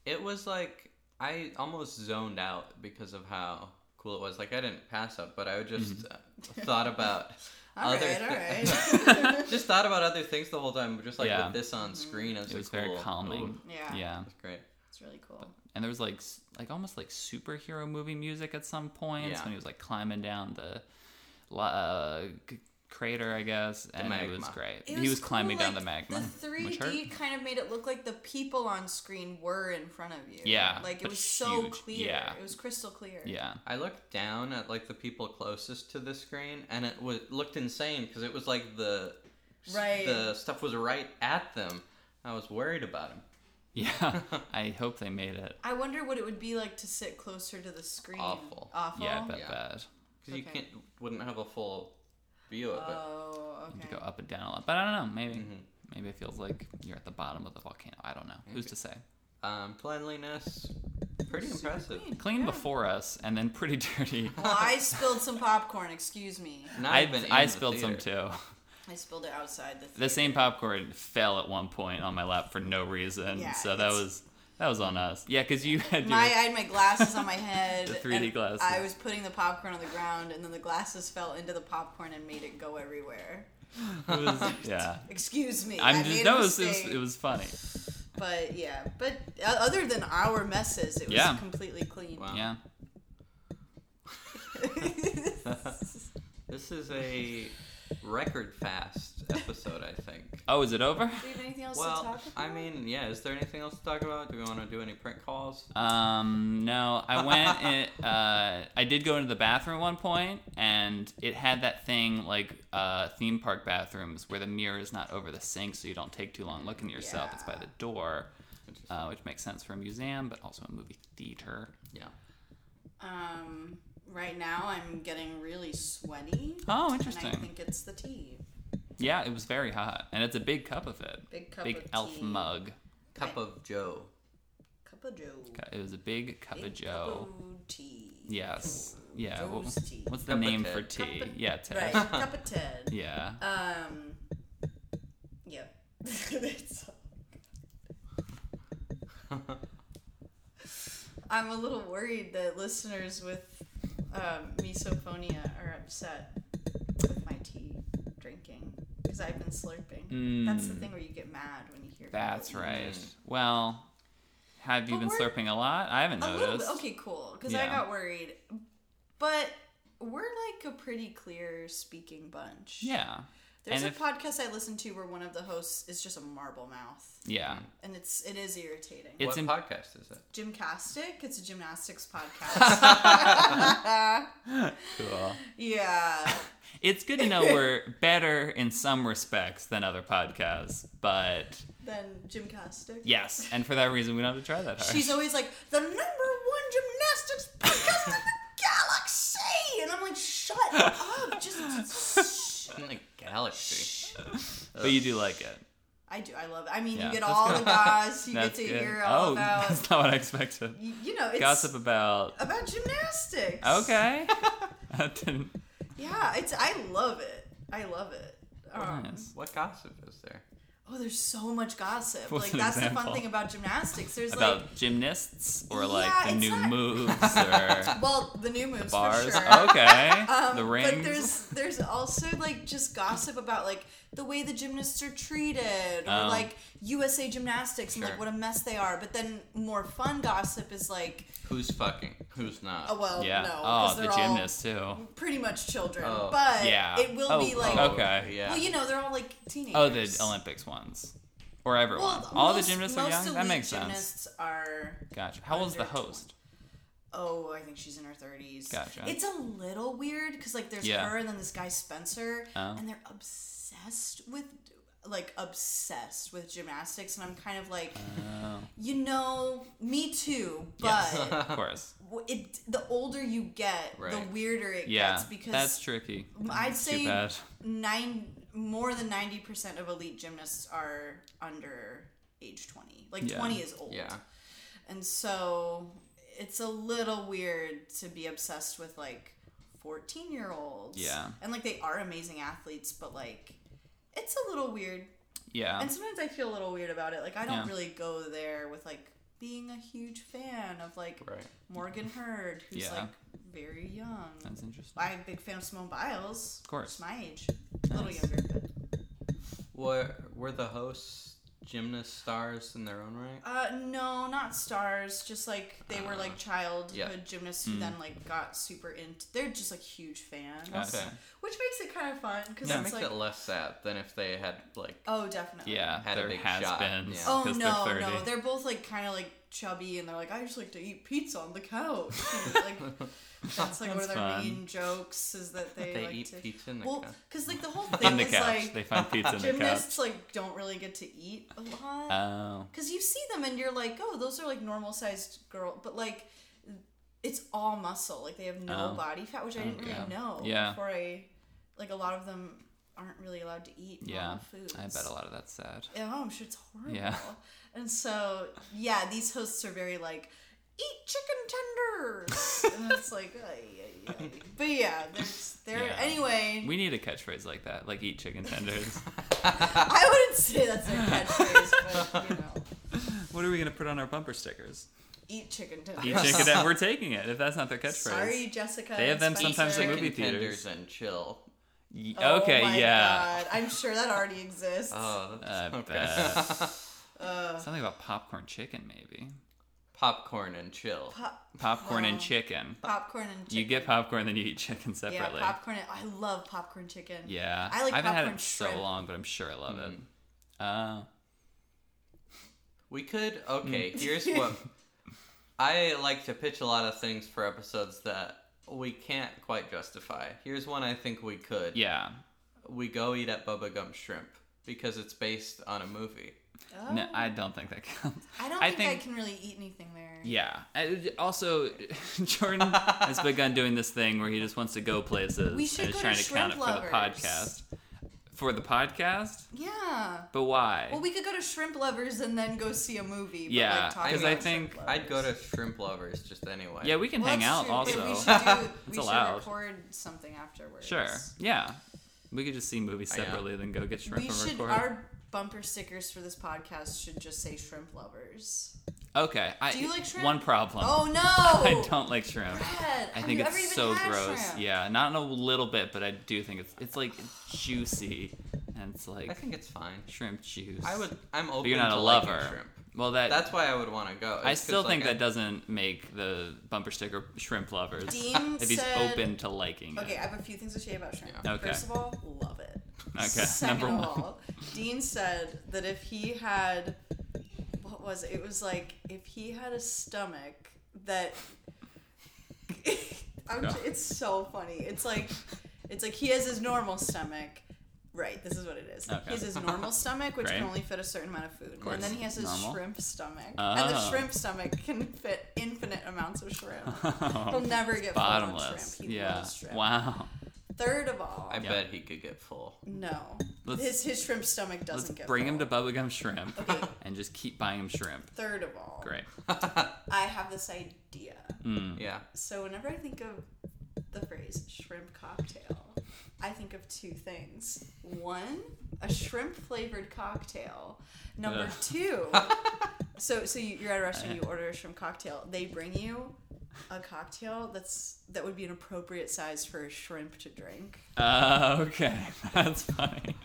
S1: It was like I almost zoned out because of how cool it was. Like I didn't pass up, but I just uh
S2: Mm-hmm.
S1: thought about
S3: all
S1: other
S3: right. All
S1: thi-
S3: right.
S1: just thought about other things the whole time. Just like
S2: Yeah.
S1: with this on screen, I was
S2: It was
S1: like,
S2: very
S1: cool.
S2: calming.
S1: Ooh,
S3: yeah.
S2: Yeah.
S1: That's great.
S3: It's really cool.
S2: and there was like s- like almost like superhero movie music at some points
S1: Yeah.
S2: when he was like climbing down the la- uh, c- crater, I guess, and it was
S1: magma.
S2: great.
S3: It
S2: he was
S3: cool,
S2: climbing down the
S3: like,
S2: magma,
S3: The
S2: which
S3: 3D
S2: hurt.
S3: kind of made it look like the people on screen were in front of you.
S2: Yeah,
S3: Like it
S2: but
S3: was so
S2: huge.
S3: clear.
S2: Yeah.
S3: It was crystal clear.
S2: Yeah,
S1: I looked down at like the people closest to the screen, and it was looked insane because it was like the
S3: Right.
S1: the stuff was right at them. I was worried about him.
S2: yeah. I hope they made it.
S3: I wonder what it would be like to sit closer to the screen.
S1: Awful.
S3: Awful.
S2: Yeah, that
S1: Yeah.
S2: bad.
S1: because you
S3: Okay.
S1: can't wouldn't have a full view of it.
S3: Oh,
S2: You
S3: okay.
S2: go up and down a lot, but I don't know. Maybe
S1: Mhm.
S2: maybe it feels like you're at the bottom of the volcano. I don't know. Who's to say?
S1: Um, cleanliness, pretty
S3: Oh. Super
S1: impressive.
S3: clean.
S2: Clean
S3: Yeah.
S2: before us, and then pretty dirty.
S3: Well, I spilled some popcorn. Excuse me.
S1: Not
S2: I
S1: even in
S2: I
S1: the
S2: spilled some
S1: theater.
S2: too.
S3: I spilled it outside the. Theater.
S2: the same popcorn fell at one point on my lap for no reason.
S3: Yeah,
S2: so that
S3: it's-
S2: was that was on us. Yeah, because you had
S3: My, I
S2: your,
S3: had my glasses on my head.
S2: The 3D
S3: and
S2: glasses.
S3: I was putting the popcorn on the ground, and then the glasses fell into the popcorn and made it go everywhere.
S2: it was, yeah.
S3: Excuse me. I
S2: I'm just
S3: made
S2: no,
S3: a
S2: it was, it was
S3: mistake.
S2: it was funny.
S3: But yeah, but uh, other than our messes, it was
S2: Yeah.
S3: completely clean.
S1: Wow.
S2: Yeah,
S1: This is a record fast episode, I think.
S2: Oh, is it over?
S3: Do we have anything else to
S1: Well,
S3: talk about?
S1: I mean, yeah. Is there anything else to talk about? Do we want to do any print calls?
S2: Um, no, I went. It, uh, I did go into the bathroom at one point, and it had that thing like uh, theme park bathrooms where the mirror is not over the sink, so you don't take too long looking at yourself. It's by the door, uh, which makes sense for a museum, but also a movie theater.
S1: Yeah.
S3: um, right now I'm getting really sweaty.
S2: Oh,
S3: And I
S2: interesting.
S3: think it's the tea.
S2: Yeah, it was very hot, and it's a big cup of it.
S3: Big cup
S2: big
S3: of
S2: elf
S3: tea.
S2: mug.
S1: Cup of Joe.
S3: Cup of Joe.
S2: It was a big cup of
S3: Big
S2: Joe.
S3: Cup of tea.
S2: Yes. Yeah. what-
S3: Joe's tea.
S2: what's the
S1: Cup of
S2: name
S1: Ted.
S2: for
S1: Cup
S2: tea?
S3: of-
S2: yeah, Ted.
S3: Right. cup of Ted.
S2: Yeah.
S3: Um. Yep. That's all. I'm a little worried that listeners with um, misophonia are upset with my tea drinking because I've been slurping. That's the
S2: Mm.
S3: thing where you get mad when you hear. people
S2: That's
S3: eat.
S2: right.
S1: Mm.
S2: Well, have you
S3: But
S2: been
S3: we're-
S2: slurping a lot? I haven't
S3: A little
S2: noticed.
S3: bit. Okay, cool. Because I
S2: Yeah.
S3: got worried, but we're like a pretty clear speaking bunch.
S2: Yeah.
S3: There's
S2: and
S3: a
S2: if-
S3: podcast I listen to where one of the hosts is just a marble mouth.
S2: Yeah.
S3: and it's it is irritating.
S2: It's
S1: what
S2: in-
S1: podcast is it?
S3: Gymcastic, it's a gymnastics podcast.
S2: Cool.
S3: yeah,
S2: It's good to know we're better in some respects than other podcasts, but
S3: then gymcastic.
S2: yes, and for that reason, we don't have to try that hard.
S3: she's always like the number one gymnastics podcast in the galaxy, and I'm like, shut up, just. shh."
S1: In the galaxy.
S2: but you do like it.
S3: I do. I love it. I mean,
S2: Yeah,
S3: you get
S2: that's
S3: all
S2: good.
S3: the goss. You get
S2: That's
S3: to
S2: good.
S3: hear all
S2: oh,
S3: about.
S2: that's not what I expected.
S3: you, you know, it's
S2: Gossip about.
S3: about gymnastics.
S2: Okay. that didn't.
S3: Yeah, it's. I love it. I love it. Um,
S2: Oh, Nice.
S1: What gossip is there?
S3: Oh, there's so much gossip.
S2: What's
S3: like
S2: an
S3: that's the
S2: example?
S3: fun thing about gymnastics. There's
S2: about gymnasts or like
S3: Yeah,
S2: the
S3: it's
S2: new
S3: not-
S2: moves or
S3: like well, the new moves for
S2: bars.
S3: sure.
S2: Okay.
S3: Um,
S2: the rings.
S3: But there's there's also like just gossip about like the way the gymnasts are treated or
S2: Oh.
S3: like USA Gymnastics and
S1: Sure.
S3: like what a mess they are. But then more fun gossip is like,
S1: Who's fucking? Who's not?
S3: oh well,
S2: yeah.
S3: no,
S2: oh,
S3: 'cause
S2: the
S3: they're all
S2: gymnasts too.
S3: pretty much children.
S1: Oh.
S3: But
S2: Yeah.
S3: it will
S2: oh,
S3: be like,
S2: oh, okay.
S1: Yeah.
S3: well, you know, they're all like teenagers.
S2: Oh, the Olympics ones. Or everyone. All the gymnasts are young? That
S3: elite
S2: makes sense.
S3: Gymnasts are
S2: Gotcha. How old's the
S3: under 20.
S2: host?
S3: Oh, I think she's in her 30s.
S2: Gotcha.
S3: It's a little weird because, like, there's
S2: Yeah.
S3: her and then this guy Spencer,
S2: Oh.
S3: and they're obsessed with like obsessed with gymnastics, and I'm kind of like,
S2: Oh.
S3: you know, me too. But
S2: of course.
S3: w- it the older you get, the
S1: Right.
S3: weirder it
S2: Yeah,
S3: gets because
S2: that's tricky.
S3: I'd
S2: It's too
S3: say
S2: bad.
S3: nine more than ninety percent of elite gymnasts are under age twenty. Like
S2: Yeah.
S3: twenty is old.
S1: Yeah.
S3: And so it's a little weird to be obsessed with like 14 year olds.
S2: Yeah.
S3: And like they are amazing athletes, but like it's a little weird.
S2: Yeah.
S3: And sometimes I feel a little weird about it. Like I don't
S2: Yeah.
S3: really go there with like being a huge fan of like
S1: Right.
S3: Morgan Hurd, who's
S2: Yeah.
S3: like very young.
S2: That's interesting.
S3: I'm a big fan of Simone Biles. Of
S2: course.
S3: She's my age. A little
S2: Nice.
S3: younger, but
S1: Were were the hosts gymnast stars in their own right?
S3: Uh, no, not stars. Just like they were like childhood
S1: yeah.
S3: gymnasts who then like got super into. They're just like huge fans,
S1: Okay.
S3: which makes it kind of fun because
S1: That
S3: it's
S1: makes
S3: like
S1: it less sad than if they had like
S3: oh, definitely.
S2: Yeah,
S1: Had a
S2: there
S1: big
S2: has
S1: shot,
S2: been.
S1: yeah.
S3: Oh no, no, they're both like kind of like chubby, and they're like, I just like to eat pizza on the couch. like that's like one
S2: That's
S3: of their
S2: fun.
S3: main jokes is that they,
S1: they
S3: like
S1: eat
S3: to
S1: pizza in the
S3: well,
S1: couch.
S3: because like the whole
S2: in
S3: thing
S2: the
S3: is
S2: couch.
S3: like
S2: they find pizza in the couch.
S3: gymnasts like don't really get to eat a lot.
S2: Oh.
S3: because you see them and you're like, oh, those are like normal sized girl, but like it's all muscle. Like they have no
S2: Oh.
S3: body fat, which I didn't
S2: Okay.
S3: really know
S2: Yeah.
S3: before I like a lot of them aren't really allowed to eat
S2: Yeah,
S3: normal foods.
S2: I bet a lot of that's sad.
S3: Oh, I'm sure it's horrible.
S2: Yeah.
S3: And so yeah, these hosts are very like. Eat chicken tenders, and it's like, ay, ay, ay. but yeah, there's there
S2: Yeah.
S3: anyway.
S2: We need a catchphrase like that, like eat chicken tenders.
S3: I wouldn't say that's their catchphrase, but you know,
S2: what are we gonna put on our bumper stickers?
S3: eat chicken tenders.
S2: Eat chicken tenders. We're taking it if that's not their catchphrase.
S3: Sorry, Jessica.
S2: They have them
S3: Spencer.
S2: sometimes at
S1: Chicken
S2: movie
S1: tenders
S2: theaters.
S1: and chill.
S2: Y-
S3: Oh
S2: okay,
S3: my
S2: yeah. Uh,
S3: God. I'm sure that already exists.
S1: Oh,
S2: I
S1: that's okay.
S2: bet.
S3: Uh,
S2: Something about popcorn chicken, maybe.
S1: Popcorn and chill.
S3: pop-
S2: Popcorn and
S3: Wow.
S2: chicken.
S3: popcorn and chicken.
S2: You get popcorn, then you eat chicken
S3: yeah,
S2: separately.
S3: popcorn. And, I love popcorn chicken.
S2: Yeah.
S3: I like
S2: I haven't had
S3: popcorn
S2: it so
S3: shrimp.
S2: long, but I'm sure I love it.
S1: Mm.
S2: Uh,
S1: We could. Okay,
S2: Mm.
S1: here's what I like to pitch a lot of things for episodes that we can't quite justify. Here's one I think we could.
S2: yeah.
S1: We go eat at Bubba Gum Shrimp because it's based on a movie.
S3: Oh.
S2: No, I don't think that counts.
S3: I don't
S2: I
S3: think,
S2: think-
S3: I can really eat anything there.
S2: Yeah. I- Also, Jordan has begun doing this thing where he just wants to go places
S3: We should
S2: and is
S3: go
S2: trying
S3: to
S2: to count it
S3: Shrimp
S2: for the
S3: Lovers.
S2: podcast. For the podcast?
S3: Yeah.
S2: But why?
S3: Well, we could go to Shrimp Lovers and then go see a movie. but,
S2: Yeah,
S3: like, talk
S2: 'cause
S3: about
S2: I think
S3: Shrimp
S1: I'd go
S3: Lovers.
S1: to Shrimp Lovers just anyway.
S2: yeah, we can
S3: Well,
S2: hang
S3: that's
S2: out
S3: true, but
S2: also.
S3: We should, do, we should
S2: allowed.
S3: record something afterwards.
S2: Sure. Yeah. We could just see movies
S1: I know.
S2: separately, then go get shrimp
S3: we
S2: and
S3: should.
S2: record.
S3: Our bumper stickers for this podcast should just say Shrimp Lovers.
S2: Okay. I,
S3: Do you like shrimp?
S2: One problem.
S3: Oh no!
S2: I don't like shrimp.
S3: Brad,
S2: I
S3: have
S2: think
S3: you ever
S2: it's
S3: even
S2: so
S3: had
S2: gross.
S3: shrimp?
S2: Yeah, not in a little bit, but I do think it's it's like juicy and it's
S1: I
S2: like
S1: think it's fine.
S2: shrimp juice.
S1: I would. I'm open.
S2: But you're not
S1: to
S2: a
S1: liking
S2: lover.
S1: Shrimp.
S2: Well, that
S1: That's why I would want to go.
S2: I
S1: It's 'cause,
S2: still think
S1: like,
S2: that doesn't make the bumper sticker shrimp lovers.
S3: Dean
S2: if he's
S3: said-
S2: open to liking
S3: Okay, I have a few things to say about shrimp.
S1: Yeah.
S2: Okay.
S3: First of all, love it.
S2: it. Okay.
S3: Second
S2: number
S3: of
S2: one.
S3: all, Dean said that if he had, what was it? It was like if he had a stomach that. I'm,
S2: Yeah.
S3: It's so funny. It's like, it's like he has his normal stomach. Right, this is what it is.
S2: Okay.
S3: He has his normal stomach, which
S2: Great.
S3: can only fit a certain amount of food,
S2: course.
S3: and then he has his
S2: Normal.
S3: shrimp stomach, and the
S2: Oh.
S3: shrimp stomach can fit infinite amounts of shrimp. He'll never get full on
S2: Oh. Bottomless.
S3: shrimp. He
S2: Yeah.
S3: loves shrimp.
S2: Wow.
S3: Third of all,
S1: I
S2: Yeah.
S1: bet he could get full.
S3: no,
S2: Let's-
S3: his his shrimp stomach doesn't
S2: Let's
S3: get.
S2: bring him
S3: full.
S2: to bubblegum shrimp
S3: Okay.
S2: and just keep buying him shrimp.
S3: Third of all,
S2: Great.
S3: I have this idea.
S2: Mm.
S1: Yeah.
S3: So whenever I think of the phrase shrimp cocktail, I think of two things. One, a shrimp flavored cocktail. Number
S2: Ugh.
S3: two, so so you- you're at a restaurant, you order a shrimp cocktail. They bring you a cocktail that's that would be an appropriate size for a shrimp to drink.
S2: Uh, okay, that's funny.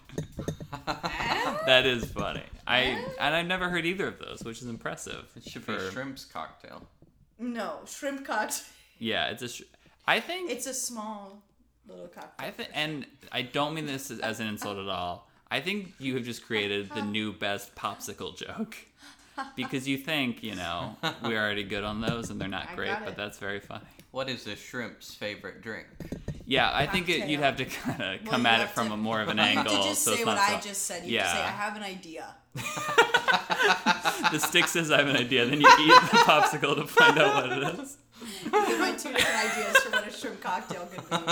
S2: that is funny. I and I've never heard either of those, which is impressive.
S1: It should be
S2: for-
S1: shrimp's cocktail.
S3: No, shrimp cocktail.
S2: Yeah, it's a. Sh- I think
S3: It's a small little cocktail.
S2: I think, and I don't mean this as an insult at all. I think you have just created the new best popsicle joke because you think you know we're already good on those and they're
S3: I
S2: not great,
S3: got
S2: but
S3: it.
S2: that's very funny.
S1: What is a shrimp's favorite drink?
S2: Yeah, I think it, you'd
S3: Cocktail.
S2: have to kind of come
S3: you
S2: at it
S3: have
S2: from
S3: to-
S2: a more of an
S3: You
S2: angle.
S3: could just
S2: so
S3: say
S2: it's
S3: what
S2: not
S3: I
S2: so-
S3: just said. You could say,
S2: Yeah.
S3: I have an idea.
S2: the stick says I have an idea, then you eat the popsicle to find out what it is.
S3: These are my two different ideas for what a shrimp cocktail could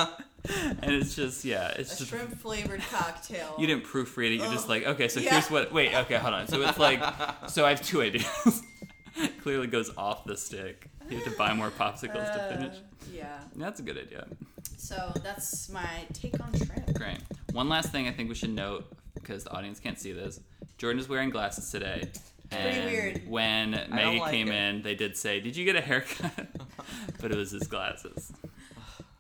S3: be.
S2: And it's just yeah, it's
S3: A
S2: just
S3: shrimp flavored cocktail.
S2: you didn't proofread it. You're just
S3: Ugh.
S2: like, okay, so
S3: Oh. Yeah.
S2: here's what. Wait, okay, hold on. So it's like, so I have two ideas. Clearly goes off the stick. You have to buy more popsicles
S3: Uh,
S2: to finish.
S3: Yeah.
S2: That's a good idea.
S3: So that's my take on shrimp.
S2: Great. One last thing I think we should note because the audience can't see this. Jordan is wearing glasses today.
S3: Pretty
S2: and
S3: weird.
S2: When Maggie
S1: like
S2: came
S1: it.
S2: in, they did say, "Did you get a haircut?" but it was his glasses.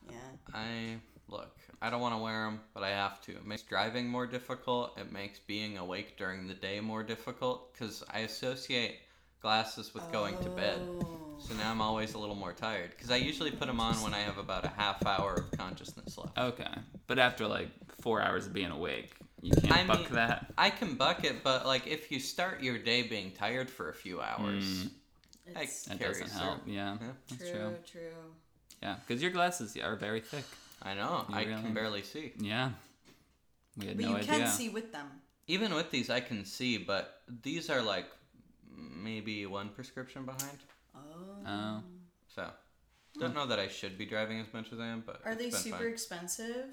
S3: Yeah.
S1: I look. I don't want to wear them, but I have to. It makes driving more difficult. It makes being awake during the day more difficult because I associate glasses with going to bed.
S3: Oh.
S1: So now I'm always a little more tired because I usually put them on when I have about a half hour of consciousness left.
S2: Okay, but after like four hours of being awake, you can't
S1: I
S2: buck
S1: mean-
S2: that.
S1: I can buck it, but like if you start your day being tired for a few hours,
S2: Mm.
S3: It's
S2: That
S1: Carries
S2: doesn't
S1: through.
S2: help. Yeah,
S1: Yeah.
S2: that's
S3: true,
S2: true.
S3: true.
S2: Yeah, because your glasses are very thick.
S1: I know
S2: You
S1: I
S2: really-
S1: can barely see.
S2: Yeah, we had
S3: But
S2: no
S3: you
S2: idea.
S3: can see with them.
S1: Even with these, I can see, but these are like maybe one prescription behind.
S3: Oh.
S2: Oh.
S1: So, don't know that I should be driving as much as I am, but
S3: Hmm. Are
S1: it's
S3: they
S1: been
S3: super
S1: fine.
S3: expensive?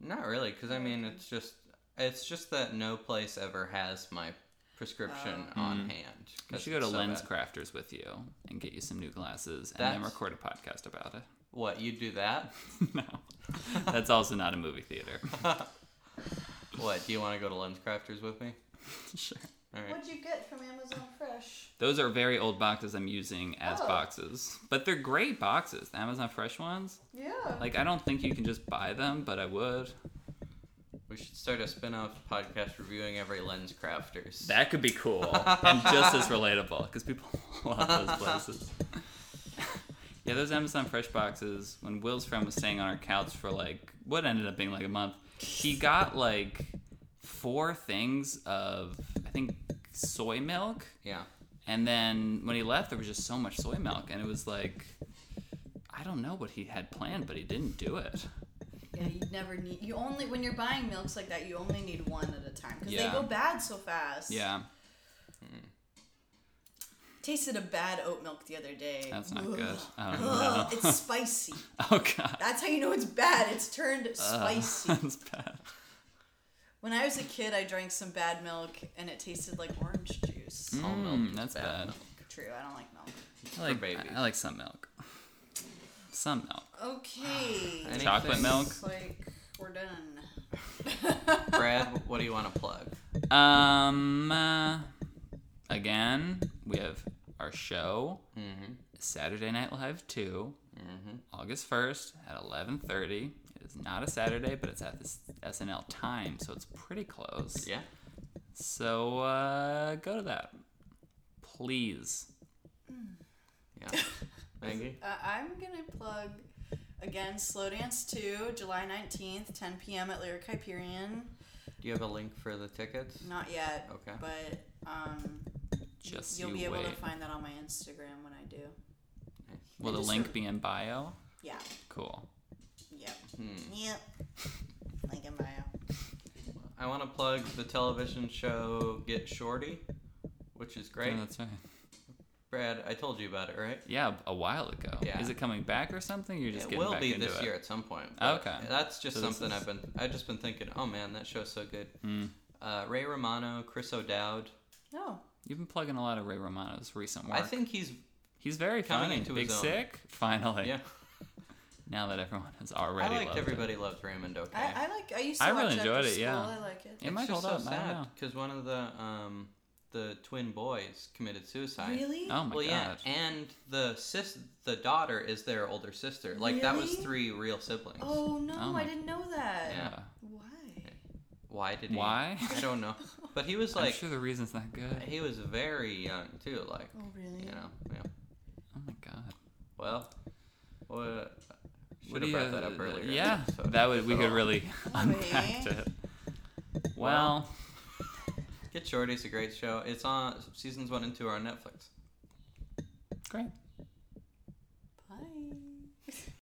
S1: Not really, because I mean, it's just it's just that no place ever has my prescription
S2: Oh.
S1: on
S2: Mhm.
S1: hand.
S2: You
S1: 'cause
S2: should go to
S1: it's so
S2: Lens
S1: bad.
S2: Crafters with you and get you some new glasses, and then
S1: That's-
S2: record a podcast about it.
S1: What you do that?
S2: no, that's also not a movie theater.
S1: What do you want to go to Lens Crafters with me?
S2: sure.
S1: All right.
S3: What'd you get from Amazon Fresh?
S2: Those are very old boxes I'm using as
S3: Oh.
S2: boxes, but they're great boxes. The Amazon Fresh ones.
S3: Yeah.
S2: Like I don't think you can just buy them, but I would.
S1: We should start a spin-off podcast reviewing every Lens Crafters.
S2: That could be cool and just as relatable because people love those places. yeah, those Amazon Fresh boxes. When Will's friend was staying on our couch for like what ended up being like a month, he got like four things of I think soy milk,
S1: yeah.
S2: and then when he left, there was just so much soy milk, and it was like I don't know what he had planned, but he didn't do it.
S3: Yeah, you never need. You only when you're buying milks like that, you only need one at a time because
S2: Yeah.
S3: they go bad so fast.
S2: Yeah,
S3: Tasted a bad oat milk the other day.
S2: that's not
S3: Ugh.
S2: good.
S3: Ugh,
S2: Oh no.
S3: it's spicy.
S2: Oh god.
S3: That's how you know it's bad. It's turned spicy.
S2: Ugh, that's bad.
S3: When I was a kid, I drank some bad milk and it tasted like orange juice.
S2: Oh,
S1: milk is
S2: that's
S1: bad
S2: bad.
S3: True, I don't like milk.
S2: I like,
S1: babies.
S2: I like some milk. Some milk.
S3: Okay.
S1: Anything-
S2: Chocolate milk.
S3: Looks like we're done.
S1: Brad, what do you want to plug?
S2: Um. uh, again, we have our show
S1: Mhm.
S2: Saturday Night Live 2
S1: Mm-hmm.
S2: August first at eleven thirty. It is not a Saturday, but it's at this SNL time, so it's pretty close.
S1: Yeah.
S2: So uh, go to that, please.
S1: Yeah. Maggie.
S3: Uh, I'm gonna plug again Slow Dance 2, July 19th, 10 p.m. at Lyric Hyperion.
S1: Do you have a link for the tickets?
S3: Not yet,
S1: Okay.
S3: but um,
S2: Just
S3: you'll
S2: you
S3: be able
S2: wait.
S3: to find that on my Instagram when I do.
S2: Will the
S3: Just
S2: link
S3: sort-
S2: be in bio?
S3: Yeah,
S2: Cool.
S3: yep,
S1: Hmm.
S3: yep. Link in bio.
S1: I want to plug the television show Get Shorty, which is great.
S2: Yeah, that's right.
S1: Brad, I told you about it, right?
S2: Yeah, a while ago.
S1: Yeah.
S2: Is it coming back or something? You're just
S1: it
S2: getting
S1: will
S2: back
S1: be
S2: into
S1: this
S2: it.
S1: year at some point. but
S2: Okay.
S1: That's just
S2: So this
S1: something
S2: is-
S1: I've been. I've just been thinking. Oh man, that show's so good.
S2: Mm.
S1: Uh, Ray Romano, Chris O'Dowd.
S3: No,
S2: You've been plugging a lot of Ray Romano's recent work.
S1: I think he's
S2: he's very
S1: coming
S2: funny.
S1: into
S2: Big
S1: his own.
S2: Sick, finally.
S1: yeah.
S2: Now that everyone has already
S1: I liked
S2: loved
S1: Everybody Loves Raymond. Okay.
S3: I, I like. I used to
S2: I
S3: watch
S2: really
S3: it
S2: enjoyed
S3: after
S2: it, yeah.
S3: school, I like it.
S2: it. It might hold up. I don't know.
S1: because one of the um the twin boys committed suicide.
S3: Really?
S2: Oh my
S1: well,
S2: god.
S1: yeah, and the sis, the daughter is their older sister. Like that was
S3: Really?
S1: three real siblings.
S3: Oh no,
S2: Oh my-
S3: I didn't know that.
S1: Yeah.
S3: Why?
S1: Why did he?
S2: Why?
S1: I don't know. But he was
S2: I'm
S1: like,
S2: sure the reason's not good.
S1: he was very young too. Like,
S3: Oh really?
S1: you know, yeah.
S2: Oh my god.
S1: Well, well
S2: What
S1: should
S2: do
S1: have
S2: you-
S1: brought that up earlier. in the
S2: Yeah,
S1: episode.
S2: that would we
S1: So,
S2: could really
S3: Sorry.
S2: unpack it. Well,
S1: Well. Get Shorty's a great show. It's on seasons one and two are on Netflix.
S2: great.